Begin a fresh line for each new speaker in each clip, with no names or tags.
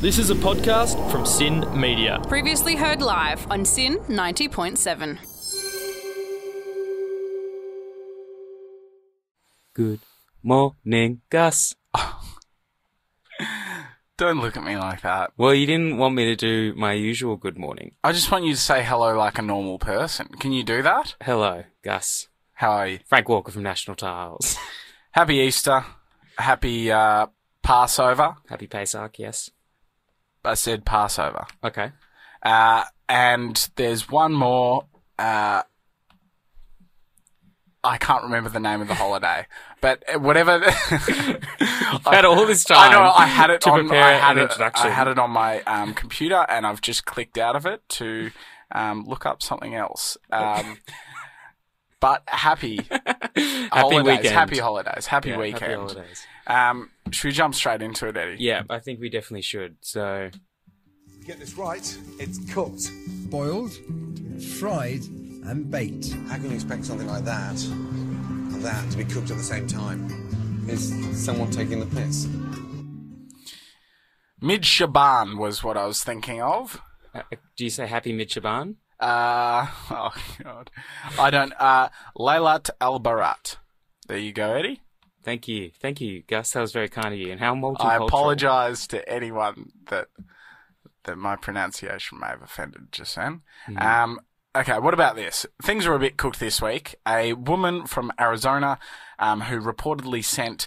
This is a podcast from Sin Media.
Previously heard live on Sin 90.7.
Good morning, Gus.
Don't look at me like that.
Well, you didn't want me to do my usual good morning.
I just want you to say hello like a normal person. Can you do that?
Hello, Gus.
How are you?
Frank Walker from National Tiles.
Happy Easter. Happy uh, Passover.
Happy Pesach, yes.
I said Passover.
Okay.
Uh, and there's one more. Uh, I can't remember the name of the holiday, but uh, whatever. I
Had all this
I
time.
know I had it
to
on.
prepare
I had
an
it,
introduction.
I had it on my um, computer, and I've just clicked out of it to um, look up something else. Um, but happy
happy
holidays,
weekend.
happy holidays, happy
Yeah,
weekend.
Happy holidays.
Um, should we jump straight into it, Eddie?
Yeah, I think we definitely should. So,
Get this right, it's cooked, boiled, fried, and baked.
How can you expect something like that and that to be cooked at the same time? Is someone taking the piss?
Mid Shaban was what I was thinking of.
uh, do you say happy mid Shaban?
Uh, oh god, I don't. Uh, Laylat Al Barat. There you go, Eddie.
Thank you. Thank you, Gus. That was very kind of you. And how multicultural.
I apologise to anyone that that my pronunciation may have offended just then. Um, okay, what about this? Things are a bit cooked this week. A woman from Arizona um, who reportedly sent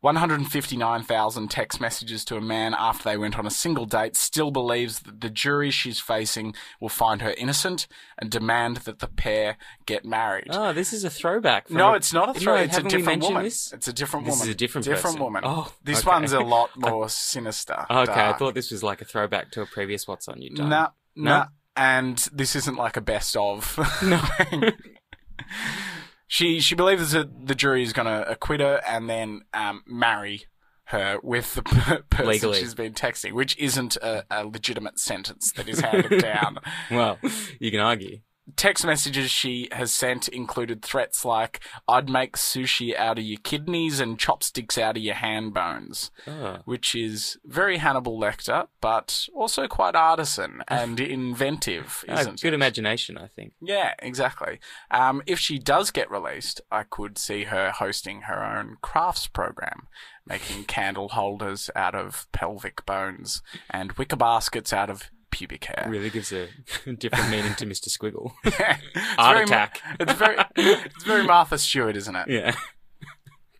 159,000 text messages to a man after they went on a single date still believes that the jury she's facing will find her innocent and demand that the pair get married.
Oh, this is a throwback. from
No, it's not a throw.
No,
it's a
haven't we
different
mentioned
woman.
This?
It's a different
This
woman.
is a different person.
woman.
Oh,
this
okay.
one's a lot more sinister.
Okay, I
dark.
thought this was like a throwback to a previous What's On You Done.
Nah,
No?
nah. And this isn't like a best of.
No.
she she believes that the jury is going to acquit her and then um, marry her with the per- person
Legally.
she's been texting, which isn't a, a legitimate sentence that is handed down.
Well, you can argue.
Text messages she has sent included threats like, I'd make sushi out of your kidneys and chopsticks out of your hand bones,
Oh.
which is very Hannibal Lecter, but also quite artisan and inventive,
Ah,
isn't
good
it?
imagination, I think.
Yeah, exactly. Um, if she does get released, I could see her hosting her own crafts program, making candle holders out of pelvic bones and wicker baskets out of pubic hair.
Really gives a different meaning to Mr. Squiggle.
It's
Art
very-
attack.
It's very, it's very Martha Stewart, isn't it?
yeah.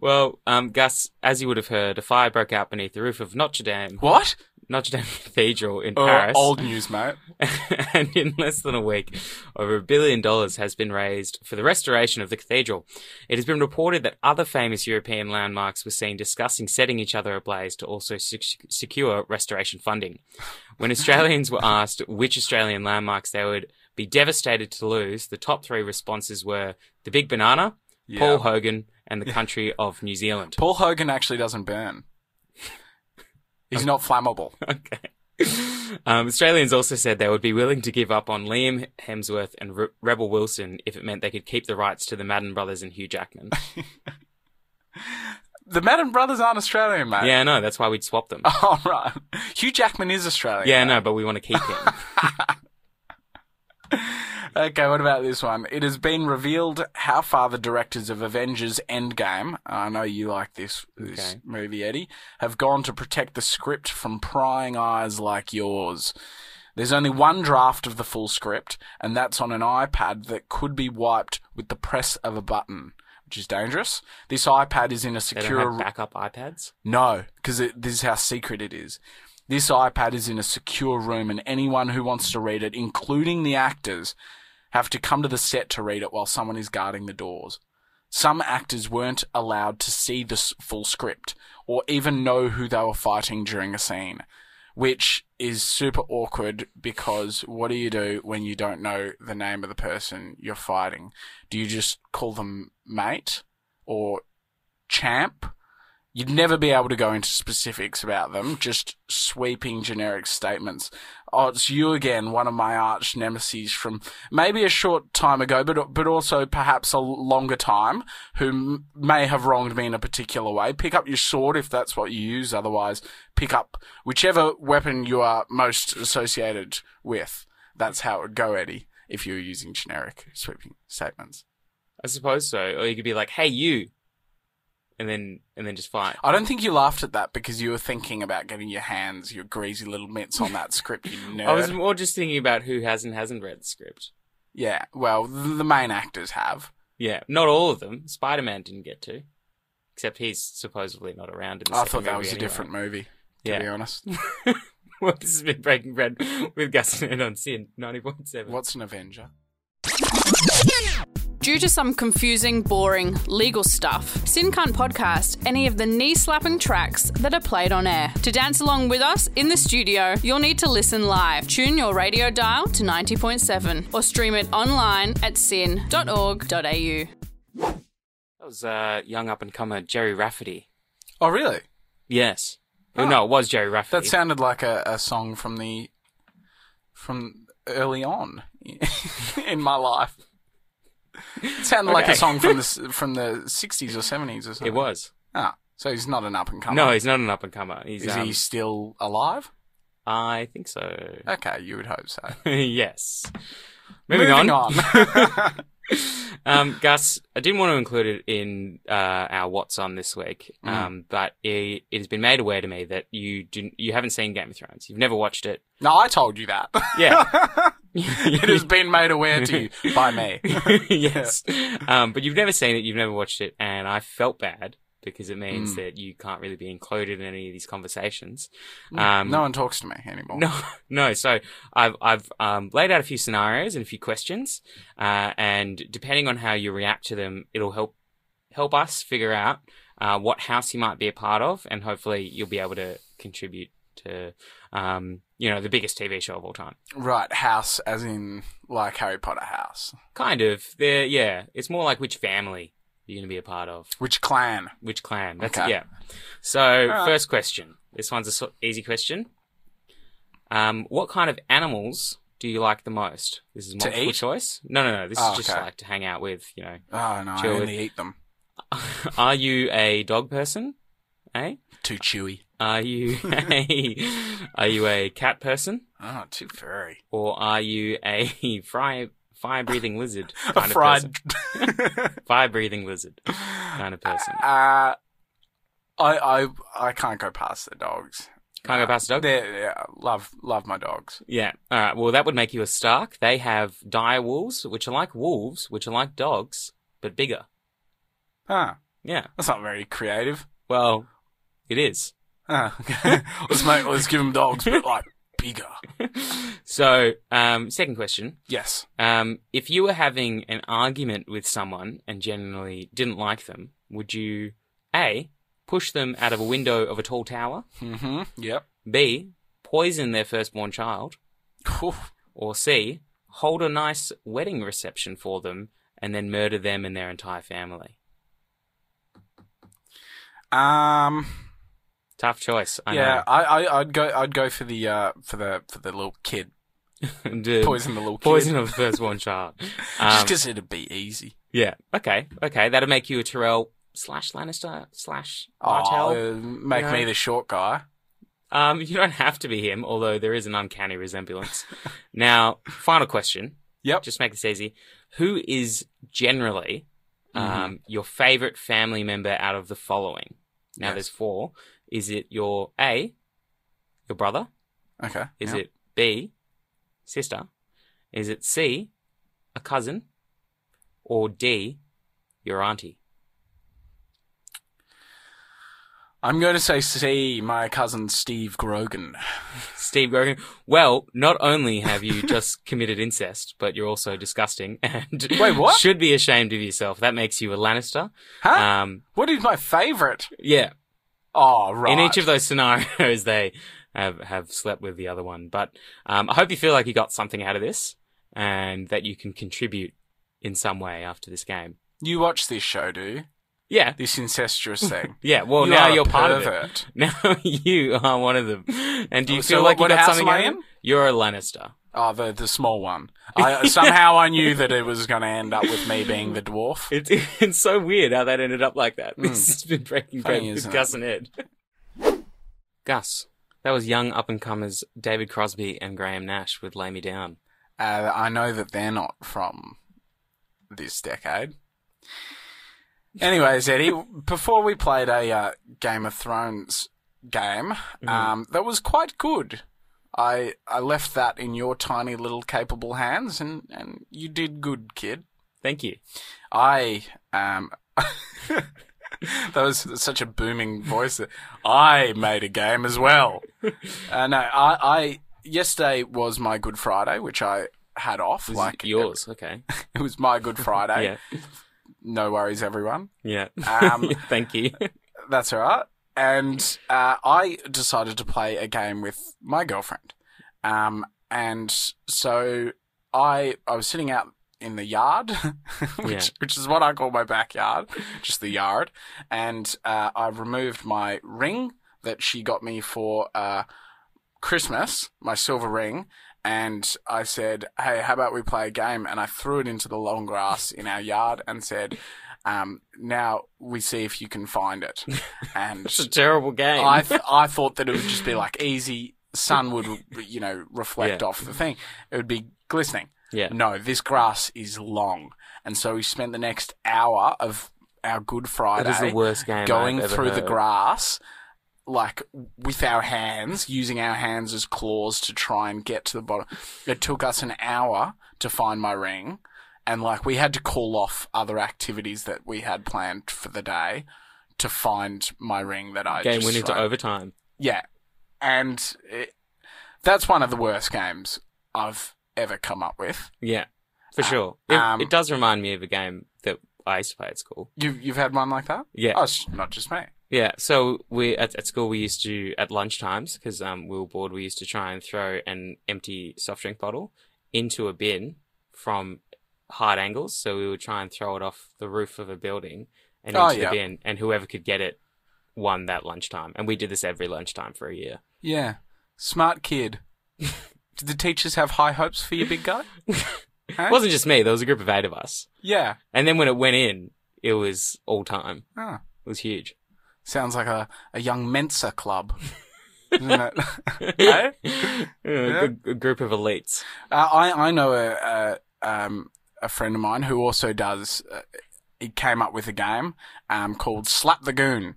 well, um, Gus, as you would have heard, a fire broke out beneath the roof of Notre Dame,
What?
Notre Dame Cathedral in
Uh,
Oh, Paris.
old news, mate.
and in less than a week, over a billion dollars has been raised for the restoration of the cathedral. It has been reported that other famous European landmarks were seen discussing setting each other ablaze to also sec- secure restoration funding. When Australians were asked which Australian landmarks they would be devastated to lose, the top three responses were the Big Banana, Paul Hogan, and the country of New Zealand.
Paul Hogan actually doesn't burn. He's not flammable.
Okay. Um, Australians also said they would be willing to give up on Liam Hemsworth and Re- Rebel Wilson if it meant they could keep the rights to the Madden brothers and Hugh Jackman.
The Madden brothers aren't Australian, mate.
yeah, no, that's why we'd swap them.
All right. Hugh Jackman is Australian.
Yeah, no, but we want to keep him.
Okay, what about this one? It has been revealed how far the directors of Avengers Endgame, I know you like this, this
Okay.
movie, Eddie, have gone to protect the script from prying eyes like yours. There's only one draft of the full script, and that's on an iPad that could be wiped with the press of a button, which is dangerous. This iPad is in a
They
secure.
don't have backup iPads.
No, because this is how secret it is. This iPad is in a secure room, and anyone who wants to read it, including the actors, have to come to the set to read it while someone is guarding the doors. Some actors weren't allowed to see the s- full script or even know who they were fighting during a scene, which is super awkward because what do you do when you don't know the name of the person you're fighting? Do you just call them mate or champ? You'd never be able to go into specifics about them, just sweeping generic statements. Oh, it's you again, one of my arch nemesis from maybe a short time ago, but, but also perhaps a longer time, who m- may have wronged me in a particular way. Pick up your sword if that's what you use, otherwise, pick up whichever weapon you are most associated with. That's how it would go, Eddie, if you were using generic sweeping statements.
I suppose so. Or you could be like, "Hey, you," and then and then just fight.
I don't think you laughed at that because you were thinking about getting your hands, your greasy little mitts on that script, you Oh, nerd.
I was more just thinking about who has and hasn't read the script.
yeah, well, th- the main actors have.
Yeah, not all of them. Spider Man didn't get to, except he's supposedly not around. In the
I
second
thought that
movie
was a
anyway.
different movie, to
Yeah.
be honest.
well, this has been Breaking Bread with Gus and Ed on Sin ninety point seven.
What's an Avenger?
Due to some confusing, boring legal stuff, Sin can't podcast any of the knee slapping tracks that are played on air. To dance along with us in the studio, you'll need to listen live. Tune your radio dial to 90.7 or stream it online at sin.org.au.
That was uh, young up and comer Jerry Rafferty.
Oh, really?
Yes. Oh. No, it was Jerry
That
Rafferty.
sounded like a, a song from the from early on in my life. It sounded like a
Okay.
song from the s- from the sixties or seventies or something.
It was.
Ah, so he's not an up and comer.
No, he's not an up and comer. He's.
is
um,
he still alive?
I think so.
Okay, you would hope so.
yes. Moving, on. Um, Gus, I didn't want to include it in uh, our What's On this week, um, but it, it has been made aware to me that you didn't, you haven't seen Game of Thrones. You've never watched it.
no, I told you that.
Yeah.
it has been made aware to you by me.
yes. Um, but you've never seen it. You've never watched it. And I felt bad because it means that you can't really be included in any of these conversations. Um,
Mm. no one talks to me anymore.
No, no. So I've I've um, laid out a few scenarios and a few questions, uh, and depending on how you react to them, it'll help help us figure out uh, what house you might be a part of, and hopefully you'll be able to contribute to um, you know the biggest TV show of all time.
Right, house as in like Harry Potter house.
Kind of. They're, yeah, it's more like which family you're going to be a part of,
Which clan?
which clan. That's
Okay.
yeah. So first question. This one's a so- easy question. Um, what kind of animals do you like the most? This is multiple
eat?
choice. No, no, no. This
Oh,
is just
okay.
like to hang out with. You know,
Oh no,
Chewy.
I only eat them.
are you a dog person? Eh?
Too chewy.
Are you a are you a cat person
Oh, too furry.
or are you a fry fire breathing lizard
A
kind of
fried.
person? Fire breathing lizard kind of person.
uh, I I I can't go past the dogs.
Can't go past a dog.
They're, yeah, love love my dogs.
Yeah. All right. Well, that would make you a Stark. They have dire wolves, which are like wolves, which are like dogs, but bigger.
Huh.
Yeah.
That's not very creative.
Well, it is.
Huh. let's make let's give them dogs, but like bigger.
So, um, second question.
Yes.
Um, if you were having an argument with someone and generally didn't like them, would you A, push them out of a window of a tall tower?
Mm-hmm. Yep.
B, poison their firstborn child?
Oof.
Or C, hold a nice wedding reception for them and then murder them and their entire family?
Um.
Tough choice. I
yeah,
know.
I, I, I'd go. I'd go for the uh, for the for the little kid,
Dude.
poison the little kid,
poison of the firstborn child.
Just
Um,
because it'd be easy.
yeah. Okay. Okay. That'll make you a Tyrell slash Lannister slash
Oh,
Martell.
uh, make
you know.
me the short guy.
Um, you don't have to be him, although there is an uncanny resemblance. now, final question.
Yep.
Just make this easy. Who is generally
Mm-hmm.
um, your favorite family member out of the following? Now,
Yes.
there's four. Is it your A, your brother?
okay.
Is
yeah.
it B, sister? Is it C, a cousin? Or D, your auntie?
I'm going to say C, my cousin Steve Grogan.
Steve Grogan. Well, not only have you just committed incest, but you're also disgusting and
Wait, what?
should be ashamed of yourself. That makes you a Lannister.
Huh?
Um,
what is my favorite?
yeah.
Oh, right.
In each of those scenarios, they have, have slept with the other one. But um, I hope you feel like you got something out of this and that you can contribute in some way after this game.
you watch this show, do you?
Yeah.
this incestuous thing.
Yeah, well,
You
now
are a
you're part
pervert.
of it. Now you are one of them. And do you
So
feel
what-
like you
what
got
house
something
am I
out of it?
in?
You're a Lannister.
Oh, the the small one. I, somehow I knew that it was going to end up with me being the dwarf.
It's, it's so weird how that ended up like that. This has been Breaking Bad
Hmm. Funny,
with
isn't
Gus and Ed. Gus. That was young up and comers David Crosby and Graham Nash with Lay Me Down.
Uh, I know that they're not from this decade. Anyways, Eddie, before we played a uh, Game of Thrones game, um, that was quite good. I I left that in your tiny little capable hands, and, and you did good, kid.
Thank you.
I um that was such a booming voice that I made a game as well. Uh, no, I, I yesterday was my Good Friday, which I had off.
This is
like
yours. Okay.
it, was my Good Friday.
Yeah.
No worries, everyone.
Yeah.
Um,
Thank you.
That's all right. And uh, I decided to play a game with my girlfriend. Um, and so I I was sitting out in the yard, which
Yeah.
which is what I call my backyard, just the yard. And uh, I removed my ring that she got me for uh, Christmas, my silver ring. And I said, "Hey, how about we play a game?" And I threw it into the long grass in our yard and said, um, "Now we see if you can find it." And
It's a terrible game.
I th- I thought that it would just be like easy. Sun would you know reflect
Yeah.
off the thing. It would be glistening.
Yeah.
No, this grass is long, and so we spent the next hour of our Good Friday
That is the worst game I've
going
ever
through the
heard.
grass. Like with our hands, using our hands as claws to try and get to the bottom. It took us an hour to find my ring, and like we had to call off other activities that we had planned for the day to find my ring that I
game
just
went into
thrown.
overtime.
Yeah, and it, that's one of the worst games I've ever come up with.
Yeah. For sure. It,
um,
it does remind me of a game that I used to play at school.
You've you've had one like that?
Yeah.
Oh, it's not just me.
Yeah, so we at, at school we used to at lunchtimes because um, we were bored. We used to try and throw an empty soft drink bottle into a bin from hard angles. So we would try and throw it off the roof of a building and into
Oh, yeah.
the bin, and whoever could get it won that lunchtime. And we did this every lunchtime for a year.
Yeah, smart kid. Did the teachers have high hopes for you, big guy? Huh?
It wasn't just me; there was a group of eight of us.
Yeah.
And then when it went in, it was all time.
Oh,
It was huge.
sounds like a, a young Mensa club. Isn't it? Eh?
You know, a good- a group of elites.
Uh, I I know a, a um a friend of mine who also does. Uh, he came up with a game um called Slap the Goon,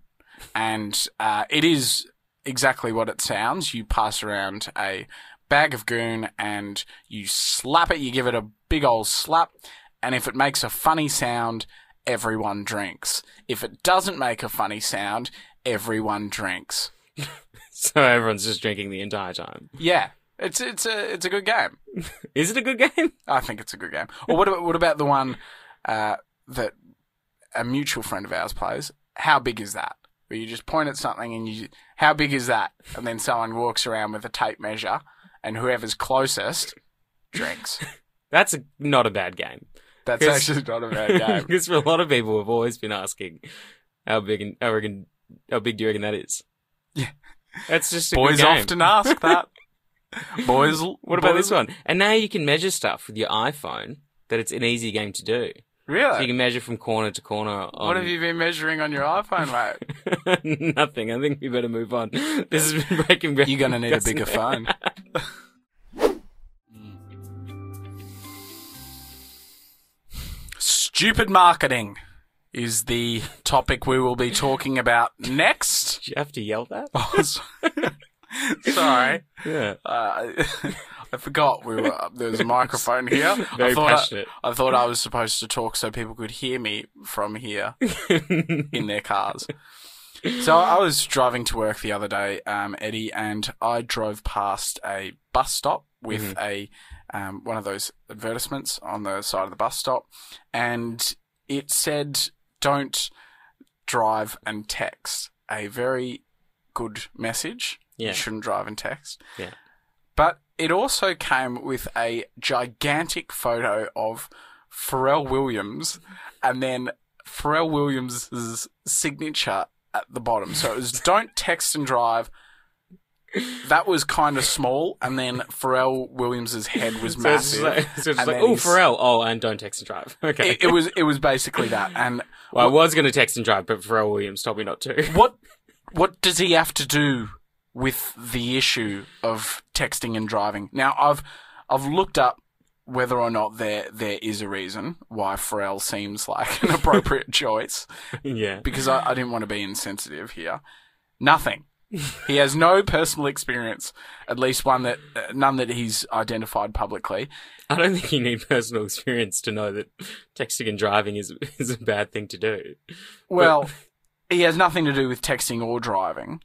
and uh, it is exactly what it sounds. You pass around a bag of goon and you slap it. You give it a big old slap, and if it makes a funny sound, everyone drinks. If it doesn't make a funny sound, everyone drinks.
So everyone's just drinking the entire time.
Yeah, it's it's a it's a good game.
Is it a good game?
I think it's a good game. Or what about, what about the one uh, that a mutual friend of ours plays? How big is that? Where you just point at something and you, how big is that? And then someone walks around with a tape measure, and whoever's closest drinks.
That's a, not a bad game.
That's
Yes.
actually not a bad game.
Because for a lot of people, have always been asking how big and how, reckon, how big do you reckon that is?
Yeah.
that's just a good
Boys
game.
often ask that. Boys,
What about
boys-
this one? And now you can measure stuff with your iPhone. That it's an easy game to do. So you
Really?
can measure from corner to corner. On...
what have you been measuring on your iPhone, mate?
Nothing. I think we better move on. This has been breaking. Bad.
You're gonna need a bigger phone. Stupid marketing is the topic we will be talking about next.
Do you have to yell that?
Oh, so- Sorry,
Yeah.
uh, I forgot we were there was a microphone here.
Very
I thought
passionate.
I, I thought I was supposed to talk so people could hear me from here in their cars. So I was driving to work the other day, um, Eddie, and I drove past a bus stop with
Mm-hmm.
a um, one of those advertisements on the side of the bus stop, and it said, "Don't drive and text." A very good message.
Yeah.
You shouldn't drive and text.
Yeah.
But it also came with a gigantic photo of Pharrell Williams and then Pharrell Williams' signature at the bottom. So it was don't text and drive. That was kind of small, and then Pharrell Williams' head was
So it's
massive.
just like, so it's
and
just like
then
oh,
his-
Pharrell. Oh, and don't text and drive. Okay.
It, it was it was basically that, and
well, I was going to text and drive, but Pharrell Williams told me not to.
what what does he have to do with the issue of texting and driving? Now I've I've looked up whether or not there there is a reason why Pharrell seems like an appropriate choice
yeah.
because I, I didn't want to be insensitive here. Nothing. he has no personal experience, at least one that uh, none that he's identified publicly.
I don't think you need personal experience to know that texting and driving is is a bad thing to do.
Well, he has nothing to do with texting or driving,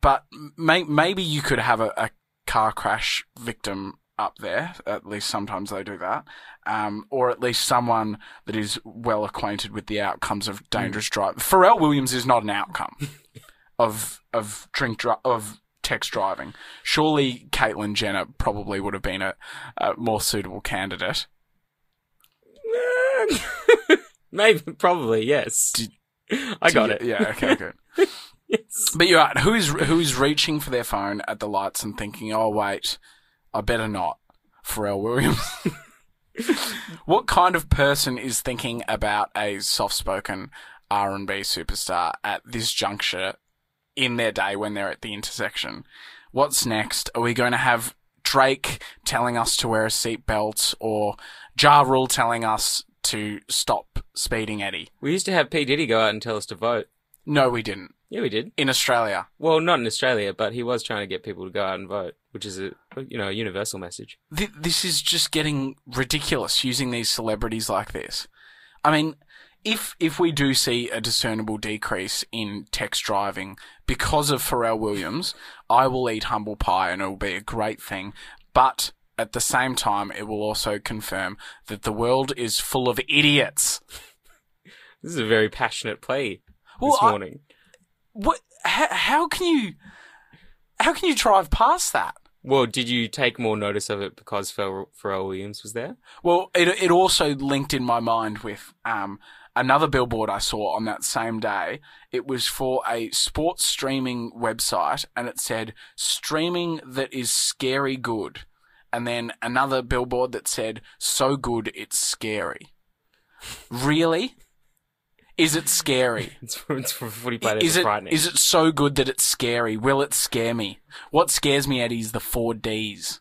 but may- maybe you could have a, a car crash victim up there. At least sometimes they do that, um, or at least someone that is well acquainted with the outcomes of dangerous drive. Pharrell Williams is not an outcome of of drink dri- of text driving. Surely Caitlyn Jenner probably would have been a, a more suitable candidate.
Maybe, probably, yes. I got it.
Yeah. Okay. Good. But you're right. Who is who is reaching for their phone at the lights and thinking, "Oh wait, I better not." Pharrell Williams. what kind of person is thinking about a soft-spoken R&B superstar at this juncture in their day when they're at the intersection? What's next? Are we going to have Drake telling us to wear a seatbelt or Ja Rule telling us to stop speeding, Eddie?
We used to have P Diddy go out and tell us to vote.
No, we didn't.
Yeah, we did.
In Australia.
Well, not in Australia, but he was trying to get people to go out and vote, which is a you know a universal message.
th- this is just getting ridiculous using these celebrities like this. I mean, if if we do see a discernible decrease in text driving because of Pharrell Williams, I will eat humble pie and it will be a great thing. But at the same time, it will also confirm that the world is full of idiots.
This is a very passionate plea
Well,
this
I-
morning.
What? How, how can you? How can you drive past that?
Well, did you take more notice of it because Pharrell, Pharrell Williams was there?
Well, it it also linked in my mind with um, another billboard I saw on that same day. It was for a sports streaming website, and it said "streaming that is scary good," and then another billboard that said "so good it's scary." Really, is it scary?
It's for, it's for footy players.
Is it
frightening.
is it so good that it's scary? Will it scare me? What scares me, Eddie, is the four D's: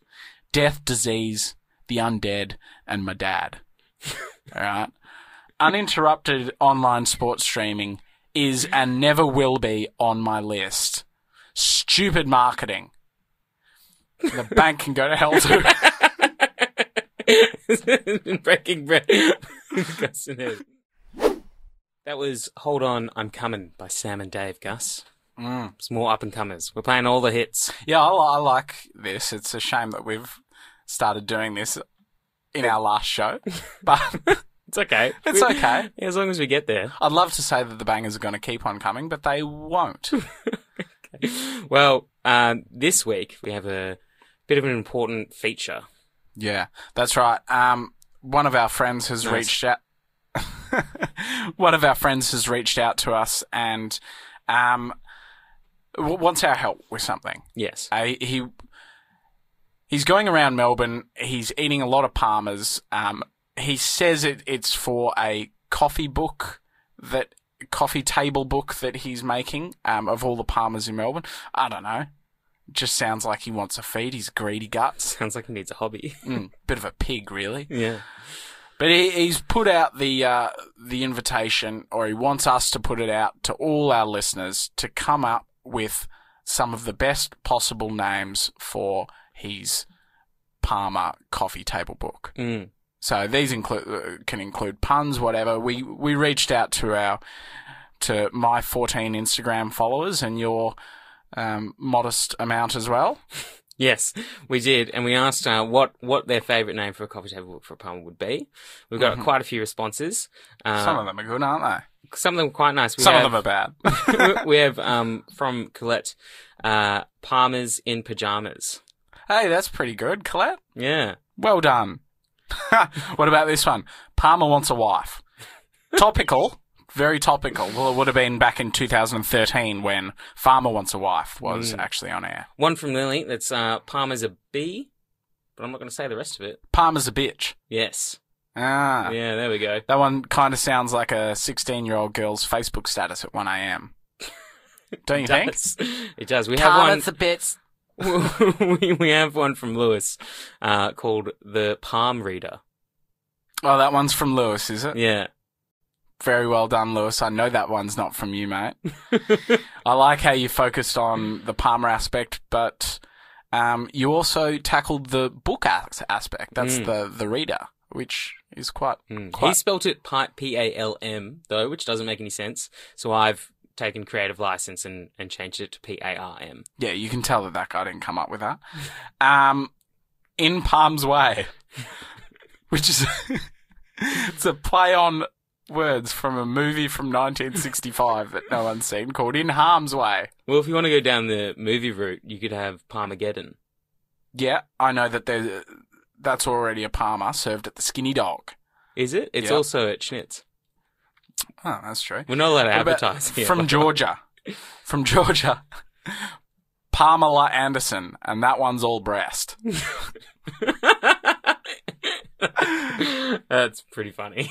death, disease, the undead, and my dad. All right. Uninterrupted online sports streaming is and never will be on my list. Stupid marketing. The bank can go to hell too.
Breaking bread. Gus and Ed. That was Hold On, I'm Coming by Sam and Dave Gus. Mm. It's more up and comers. We're playing all the hits.
yeah, I, I like this. It's a shame that we've started doing this in our last show, but.
It's okay.
It's okay.
Yeah, as long as we get there.
I'd love to say that the bangers are going to keep on coming, but they won't.
Well, um, this week we have a bit of an important feature.
yeah, that's right. Um, one of our friends has
Nice.
reached out. one of our friends has reached out to us and um, w- wants our help with something.
Yes.
Uh, he he's going around Melbourne. He's eating a lot of Palmers. Um, he says it, it's for a coffee book that coffee table book that he's making um, of all the Palmers in Melbourne. I don't know. Just sounds like he wants a feed. He's greedy guts.
Sounds like he needs a hobby.
Mm, bit of a pig, really.
yeah.
But he, he's put out the uh, the invitation, or he wants us to put it out to all our listeners to come up with some of the best possible names for his Palmer coffee table book.
Mm.
So these include uh, can include puns, whatever. We we reached out to our to my 14 Instagram followers and your um, modest amount as well.
Yes, we did, and we asked uh, what what their favourite name for a coffee table book for a poem would be. We've got quite a few responses. Uh,
Mm-hmm. Some of them are good, aren't they?
some of them quite nice. We
Some
have-
of them are bad.
we have um, from Colette, uh, Palmer's in pajamas.
hey, that's pretty good, Colette.
Yeah.
Well done. what about this one? Palmer wants a wife. Topical, very topical. Well, it would have been back in 2013 when Farmer Wants a Wife was
Mm.
actually on air.
One from Lily that's uh, Palmer's a B, but I'm not going to say the rest of it.
Palmer's a bitch.
Yes.
Ah.
Yeah, there we go.
That one kind of sounds like a 16 year old girl's Facebook status at 1am. Don't you think?
Does. It does. We have one.
a bitch.
we, we have one from Lewis uh, called the Palm Reader.
Oh, that one's from Lewis, is it?
Yeah.
Very well done, Lewis. I know that one's not from you, mate. I like how you focused on the Palmer aspect, but um, you also tackled the book as- aspect. That's the, the reader, which is quite.
Mm.
quite
He spelt it P A L M though, which doesn't make any sense. So I've taken creative license and, and changed it to P A R M.
yeah, you can tell that that guy didn't come up with that. Um, in Palm's Way, which is it's a play on words from a movie from 1965 that no one's seen called In Harm's Way.
Well, if you want to go down the movie route, you could have Parmageddon.
Yeah, I know that there. That's already a Palmer served at the Skinny Dog.
Is it? It's
Yeah.
also at Schnitz.
Oh, that's true.
We're not allowed to
What about-
advertise here.
from Georgia, from Georgia, Pamela Anderson, and that one's all breast.
That's pretty funny.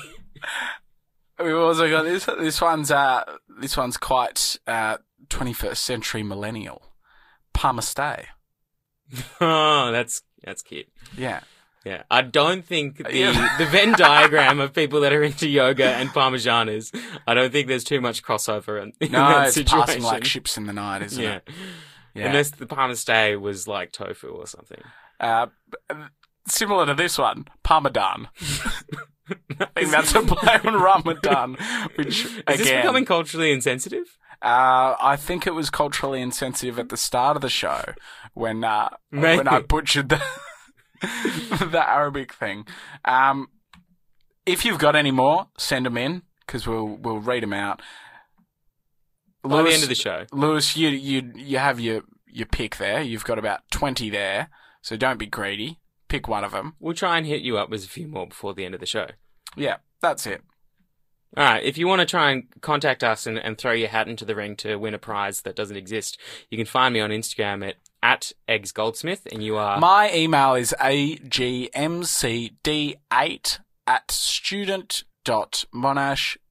We've also got this. This one's uh, this one's quite uh, 21st century millennial. Palmerstay.
oh, that's that's cute.
Yeah.
Yeah, I don't think the
Yeah.
the Venn diagram of people that are into yoga and parmesanas. I don't think there's too much crossover in, in
No,
that
it's
situation.
passing like ships in the night, isn't
yeah.
it? Yeah.
unless the parmestay was like tofu or something.
Uh, similar to this one, Parmesan. I think that's a play on Ramadan, which
Is this
again,
becoming culturally insensitive?
uh, I think it was culturally insensitive at the start of the show when uh,
Maybe.
when I butchered the the Arabic thing. Um, if you've got any more, send them in because we'll we'll read them out.
By the
Lewis-
end of the show.
Lewis, you you you have your your pick there. You've got about twenty there, so don't be greedy. Pick one of them.
We'll try and hit you up with a few more before the end of the show.
Yeah, that's it.
All right. If you want to try and contact us and, and throw your hat into the ring to win a prize that doesn't exist, you can find me on Instagram at, at eggs goldsmith, and you are
My email is agmcd8 at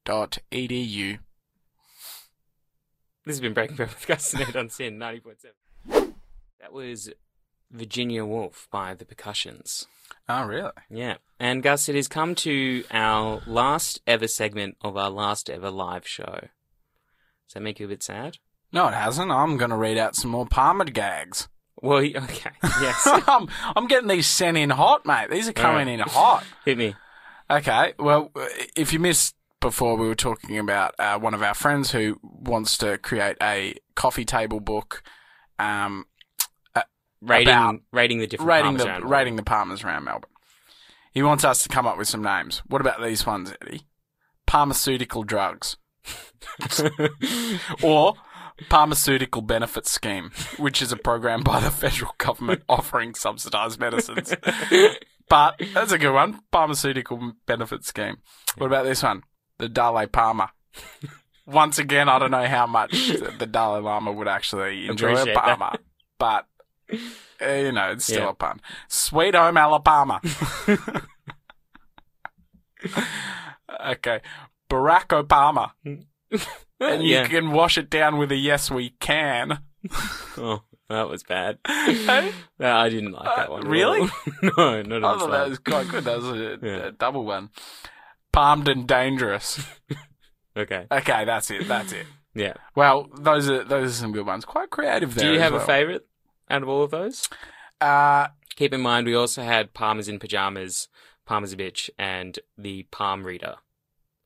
student.monash.edu.
This has been Breaking Bread with Gus and Ed on Sin 90.7. That was Virginia Woolf by The Percussions.
Oh, really?
Yeah. And Gus, it has come to our last ever segment of our last ever live show. Does that make you a bit sad?
No, it hasn't. I'm going to read out some more Palmer gags.
Well, y- okay. Yes.
I'm, I'm getting these sent in hot, mate. These are coming in hot.
Hit me.
Okay. Well, uh, if you missed before, we were talking about uh, one of our friends who wants to create a coffee table book, um,
Rating,
About
rating the different
rating the
Parmesan oil.
rating the Palmers around Melbourne. He wants us to come up with some names. What about these ones, Eddie? Pharmaceutical drugs, or pharmaceutical benefit scheme, which is a program by the federal government offering subsidised medicines. but that's a good one. Pharmaceutical benefit scheme. What about this one? The Dalai Palmer. Once again, I don't know how much the the Dalai Lama would actually enjoy
Appreciate
a
that.
Palmer, but uh, you know, it's still
Yeah.
a pun. Sweet home Alabama. okay. Barack Obama. And you
yeah.
can wash it down with a yes, we can.
Oh, that was bad. no, I didn't like that one. at
Uh, really?
all. no, not at
I
all.
thought that was quite good. That was a,
Yeah.
a double one. Palmed and dangerous.
Okay.
Okay, that's it. That's it.
Yeah.
Well, those are those are some good ones. Quite creative there.
Do you
as
have a
well.
favorite out of all of those?
Uh,
Keep in mind, we also had Palmer's in pajamas, Palmer's a bitch, and the Palm Reader,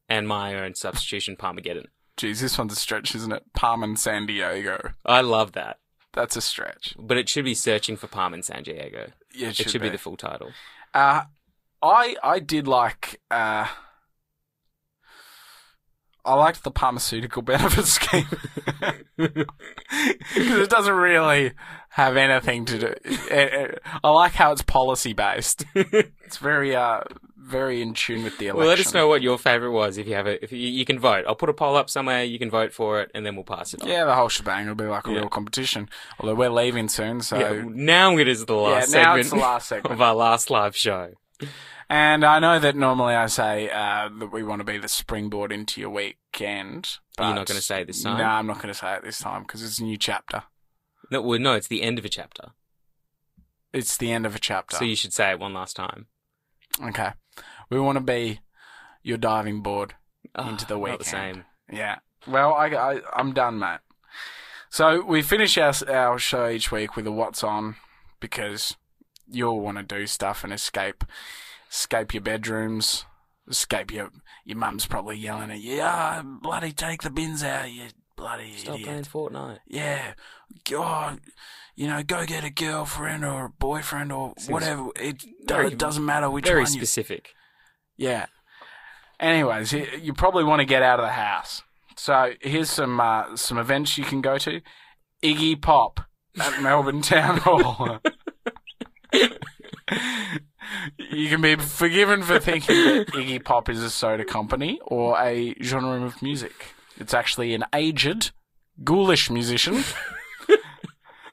and my own substitution, Palmageddon.
geez, this one's a stretch, isn't it? Palm and San Diego.
I love that,
That's a stretch.
but it should be searching for Palm in San Diego.
Yeah,
It should, be. the full title.
Uh, I I did like uh, I liked the pharmaceutical benefit scheme because it doesn't really have anything to do. eh, eh, I like how it's policy based. It's very uh very in tune with the election.
Well, let us know what your favourite was if you have it. If you, you can vote, I'll put a poll up somewhere. You can vote for it, and then we'll pass it on.
Yeah, the whole shebang will be like a
Yeah.
real competition. Although we're leaving soon, so
Yeah, now it is the last
now
segment
it's the last segment.
of our last live show.
and I know that normally I say uh, that we want to be the springboard into your weekend.
Are you
but-
not gonna say it this time?
No, I'm not going to say it this time because it's a new chapter.
No, well, no, it's the end of a chapter,
It's the end of a chapter.
so you should say it one last time.
Okay, we want to be your diving board
Ah,
into the
not
weekend.
the same.
Yeah. Well, I, I I'm done, mate. So we finish our our show each week with a what's on because you'll want to do stuff and escape, escape your bedrooms, escape your your mum's probably yelling at you. Ah, bloody take the bins out, you bloody
Stop
idiot.
playing Fortnite.
Yeah, God, you know, go get a girlfriend or a boyfriend or whatever. It, do-
very-
it doesn't matter which
Very
one. you-
specific.
yeah. Anyways, you, you probably want to get out of the house. So here's some uh, some events you can go to. Iggy Pop at Melbourne Town Hall. you can be forgiven for thinking that Iggy Pop is a soda company or a genre of music. It's actually an aged, ghoulish musician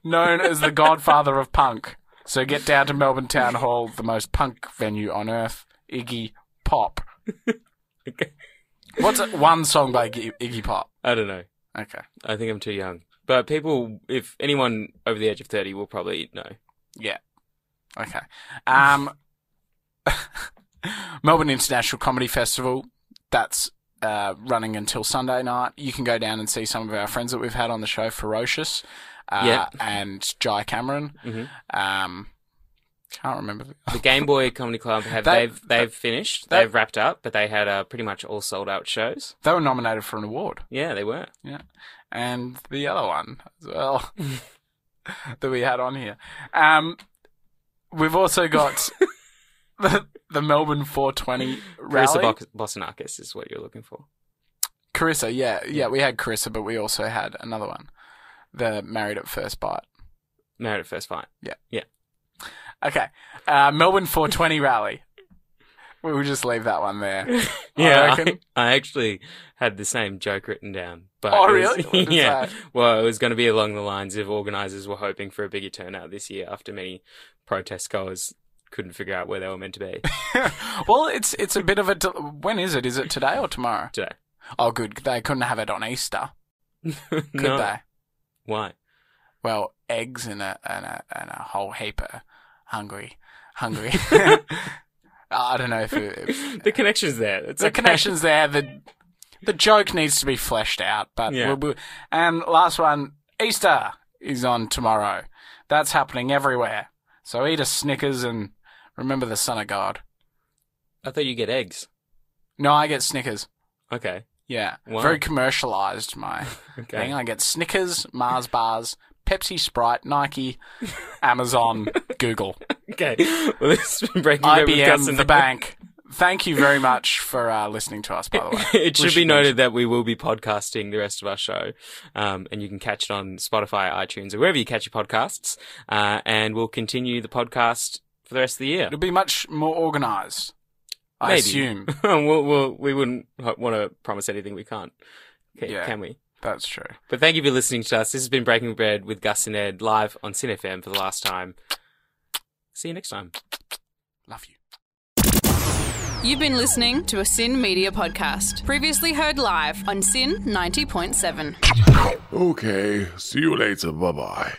known as the godfather of punk. So get down to Melbourne Town Hall, the most punk venue on earth. Iggy Pop. What's it, one song by Iggy, Iggy Pop?
I don't know.
Okay.
I think I'm too young. But people, if anyone over the age of 30 will probably know.
Yeah. Okay. Um, Melbourne International Comedy Festival. That's uh, running until Sunday night. You can go down and see some of our friends that we've had on the show, Ferocious, uh,
Yeah.
and Jai Cameron. Um, can't remember. The-
The Game Boy Comedy Club have
That-
they've they've finished,
that-
they've wrapped up, but they had uh, pretty much all sold out shows.
they were nominated for an award.
Yeah, they were.
Yeah. And the other one as well that we had on here. Um, we've also got the, the Melbourne 420 rally.
Rally? Bos- Bosanakis is what you're looking for.
Carissa, yeah. Yeah, we had Carissa, but we also had another one. The Married at First Bite.
Married at First Fight.
Yeah.
Yeah.
Okay. Uh, Melbourne 420 rally. We'll just leave that one there. I
Yeah, I,
reckon.
I actually had the same joke written down. But
Oh,
it was-
really? What did it
yeah.
say?
Well, it was going to be along the lines of organisers were hoping for a bigger turnout this year after many protest goers couldn't figure out where they were meant to be
well, it's it's a bit of a. del- when is it? Is it today or tomorrow?
today.
Oh, good. They couldn't have it on Easter,
Could
could they?
Why?
well, eggs and a and a and a whole heap of hungry, hungry. I don't know if, it, if
The connection's there. It's
the
okay.
connection's there. The the joke needs to be fleshed out, but
Yeah.
we'll, we'll- and last one, Easter is on tomorrow. That's happening everywhere. So eat a Snickers and remember the Son of God.
I thought you get eggs.
No, I get Snickers.
Okay.
Yeah,
Wow.
very commercialized. My
Okay.
thing. I get Snickers, Mars bars, Pepsi, Sprite, Nike, Amazon, Google.
Okay. Well, this has been breaking Bad with Gus
IBM,
and
the
Nick.
bank. Thank you very much for uh, listening to us, by the way.
It
We
should be
mention-
noted that we will be podcasting the rest of our show, um, and you can catch it on Spotify, iTunes, or wherever you catch your podcasts. Uh, and we'll continue the podcast for the rest of the year.
It'll be much more organised, I
Maybe.
assume.
we'll, we'll, we wouldn't want to promise anything we can't. Can,
Yeah.
can we?
That's true.
But thank you for listening to us. This has been Breaking Bread with Gus and Ed live on CineFM for the last time. See you next time.
Love you.
You've been listening to a Sin Media podcast, previously heard live on Sin 90.7.
Okay, see you later. Bye bye.